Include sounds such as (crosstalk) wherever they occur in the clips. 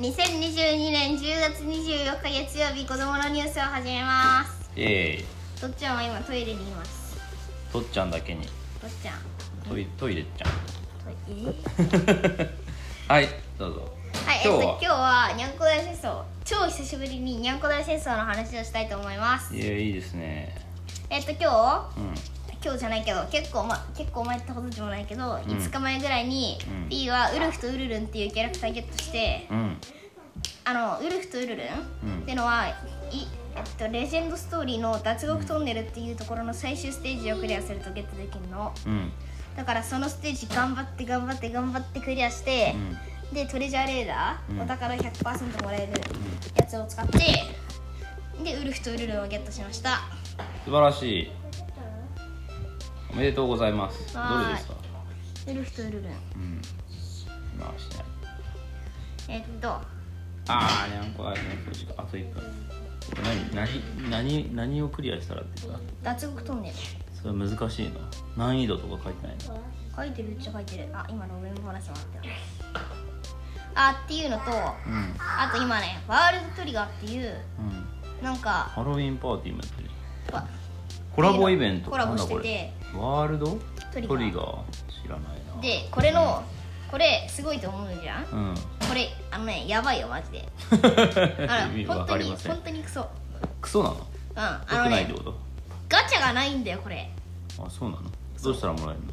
2022年10月24日月曜日子供のニュースを始めますイエーイとっちゃんは今トイレにいますとっちゃんだけにとっちゃんトイトイレっちゃんトイレはいはいどうぞ (laughs) えっ今と日今は日はにゃんこ大戦争超久しぶりににゃんこ大戦争の話をしたいと思いますいやいいですねえっと今日うん今日じゃないけど結構,、ま、結構前ってほどでもないけど、ん5日前ぐらいに、うん B はウルフとウルルンっていうキャラクターゲットしてうんあのウルフとウルルン、うんっていうのはい、えっと、レジェンドストーリーの脱獄トンネルっていうところの最終ステージをクリアするとゲットできるのうんだからそのステージ頑張って頑張って頑張ってクリアして、でトレジャーレーダうーんお宝100%もらえるやつを使ってでウルフとウルルンをゲットしました素晴らしいおめでとうございますはーいどれですかウルフとウルルンうん今はしてないえっとあーにゃんこあれね時間あと1分何何何何をクリアしたらって言っ脱獄トンネルたそれ難しいの難易度とか書いてないの書いてるっちゃ書いてるあ今の上も話してもらってるあっていうのとうんあと今ねワールドトリガーっていううんなんかハロウィンパーティーもやってるわコラボイベントコラボしてなんだこれてワールドトリガートリガー知らないなでこれのこれすごいと思うじゃんうんこれあのねやばいよマジであ (laughs) 意味のわ本当かりにません本当にクソうんクソなのあ良のくないっねてことガチャがないんだよこれあそうなのどうしたらもらえるの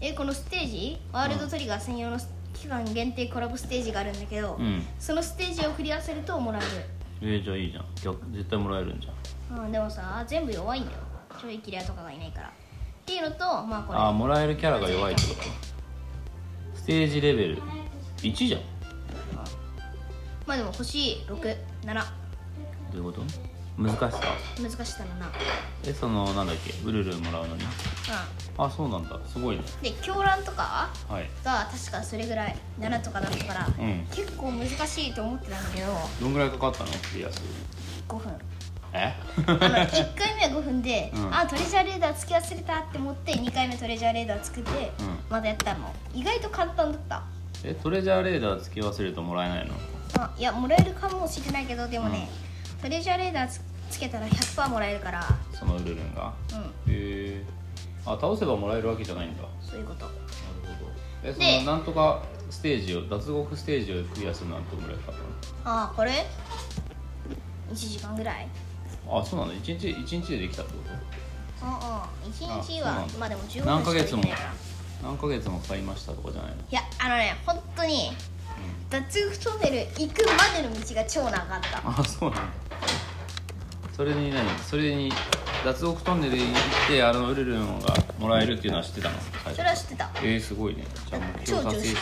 えこのステージワールドトリガー専用の期間限定コラボステージがあるんだけど、うんそのステージをクリアするともらええー、じゃあいいじゃん逆絶対もらえるんじゃんる、うん、でもさ全部弱いんだよちょいキレアとかがいないからっていうのとまあこれあーもらえるキャラが弱いってことステージレベル1じゃんまあでも星67どういうこと難しさ難しさのな、うん、えそのなんだっけウルルンもらうのにあそうなんだすごいねで狂乱とかはいが確かそれぐらい7とかだったから、うん結構難しいと思ってたんだけどどんぐらいかかったのクリアする5分えあの1回目は5分で、うんあトレジャーレーダーつき忘れたって思って2回目トレジャーレーダー作って、んまたやったの意外と簡単だったえトレジャーレーダーつけ忘れるともらえないのあいやもらえるかもしれないけどでもね、トレジャーレーダーつつけたら100%もらえるからそのウルルンがうんへえあ倒せばもらえるわけじゃないんだなるそういうことほどえそでのなんとかステージを脱獄ステージをクリアするのはどんぐらいかかっああこれ1時間ぐらいたのあそうなの一日一日でできたってこああ1日あそうなはんだまあでも15と分何しヶかで月きもないから何ヶ月も買いましたとかじゃないのいやあのね本当に脱獄トンネル行くまでの道が超長かったあそうなんだそれに何それに脱獄トンネルに行ってあのウルルンがもらえるっていうのは知ってたの最それは初知ってたえー、すごいねじゃあ目標達成し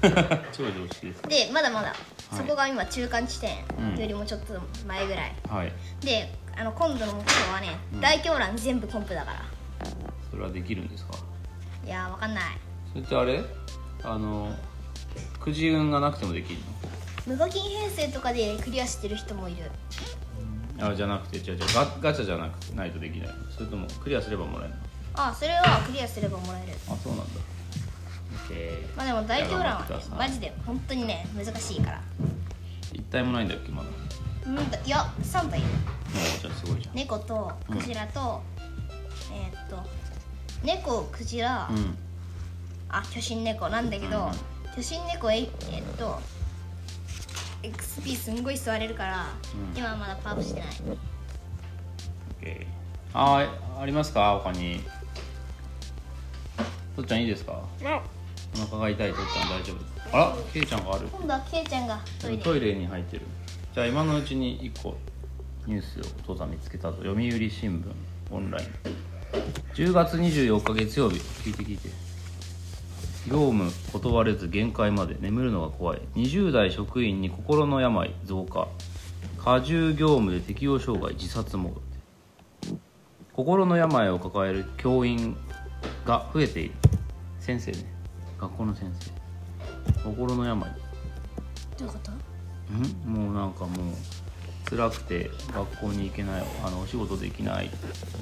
たんだ (laughs) 超常識ですでまだまだいそこが今中間地点うんよりもちょっと前ぐらい、はいであの今度の目標はね、ん大狂乱全部コンプだからそれはできるんですかいやーわかんないそれってあれあのくじ運がなくてもできる無課金編成とかでクリアしてる人もいるのあじゃなくて違う違うガガチャじゃなくてないとできないのそれともクリアすればもらえるのあそれはクリアすればもらえるあそうなんだ OK まあでも大狂乱は、いねや頑張ってくださ、いマジで本当にね難しいから一体もないんだっけまだもうんといや3体いるうじゃあすごいじゃん猫とクジラと、えーっと猫クジラ、うんあ巨神猫なんだけど、うん巨神猫えいえっと XP すんごい吸われるから、うん今はまだパープしてない OK あーありますか他にとっちゃんいいですかお腹が痛いとっちゃん大丈夫あらけいちゃんがある今度はケイちゃんがトイレトイレに入ってるじゃあ今のうちに1個ニュースをお父さん見つけたぞ読売新聞オンライン10月24日月曜日聞いて聞いて業務断れず限界まで眠るのが怖い20代職員に心の病増加過重業務で適応障害自殺も心の病を抱える教員が増えている先生ね学校の先生心の病どういうことんもうなんかもう辛くて学校に行けないあのお仕事できない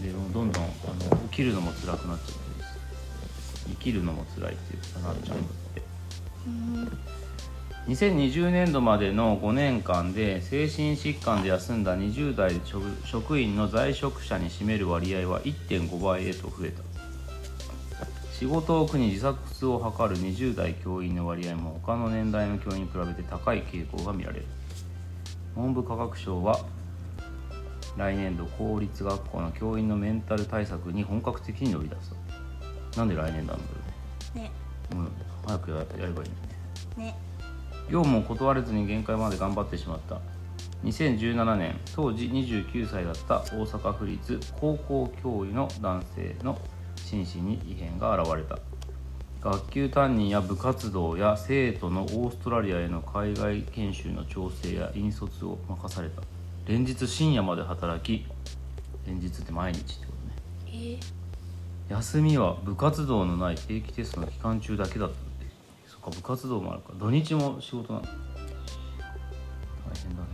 でもうどんどんあの起きるのも辛くなっちゃってるし生きるのも辛いっていうことになっちゃうんだってうーん2020年度までの5年間で精神疾患で休んだ20代職職員の在職者に占める割合は1.5倍へと増えた仕事を苦に自殺を図る20代教員の割合も他の年代の教員に比べて高い傾向が見られる文部科学省は来年度公立学校の教員のメンタル対策に本格的に乗り出すなんで来年なんだねろうね、うん、早くややればいいのにねね業務を断れずに限界まで頑張ってしまった2017年当時29歳だった大阪府立高校教諭の男性の心身に異変が現れた学級担任や部活動や生徒のオーストラリアへの海外研修の調整や引率を任された連日深夜まで働き連日って毎日ってことねえー、休みは部活動のない定期テストの期間中だけだったってそっか部活動もあるから土日も仕事なの大変だね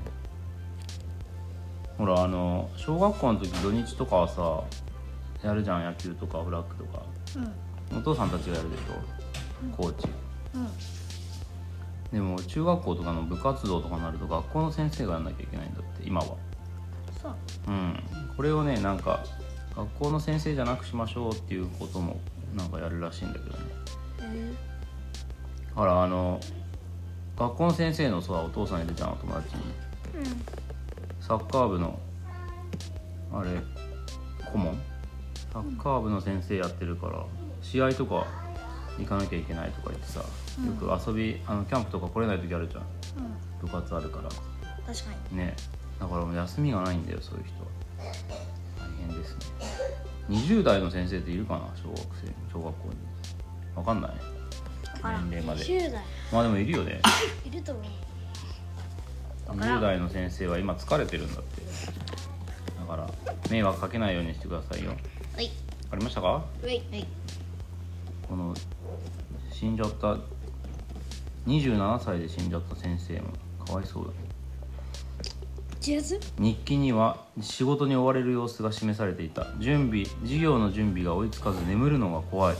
ほらあの小学校の時土日とかはさやるじゃん野球とかフラッグとかうお父さんたちがやるでしょコーチんうんでも中学校とかの部活動とかになると学校の先生がやんなきゃいけないんだって今はそううんこれをねなんか学校の先生じゃなくしましょうっていうこともなんかやるらしいんだけどねえほらあの学校の先生のさお父さんいるじゃんお友達にー、うんサッカー部のあれ顧問サッカー部の先生やってるから試合とか行かなきゃいけないとか言ってさよく遊びあのキャンプとか来れない時あるじゃんうん部活あるから確かにねだからもう休みがないんだよそういう人は大変ですね20代の先生っているかな小学生小学校に分かんない分からん年齢まで20代まあでもいるよねいると思うからん20代の先生は今疲れてるんだってだから迷惑かけないようにしてくださいよはいありましたかはいはいこの死んじゃった27歳で死んじゃった先生もかわいそうだねジェズ日記には仕事に追われる様子が示されていた準備授業の準備が追いつかず眠るのが怖い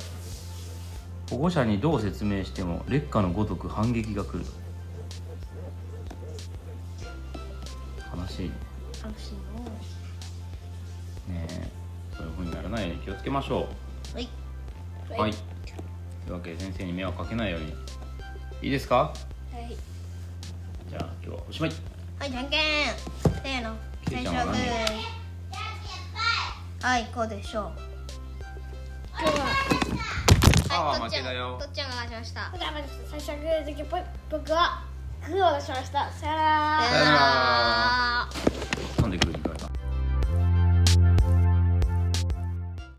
保護者にどう説明しても劣化のごとく反撃が来る悲しいねあのシーンをねえそういう風にならないように気をつけましょはいうはいというわけで先生に迷惑かけないようにいいですかはいじゃあ今日はおしまいはいじゃんけんせーのケイちゃんは何最初はグーはいこうでしょうああとっ負ちゃけんだよとっちゃんが勝ちましたダメです。最初はグーだけぽい。僕はグーを出しました。さよなら。さよなら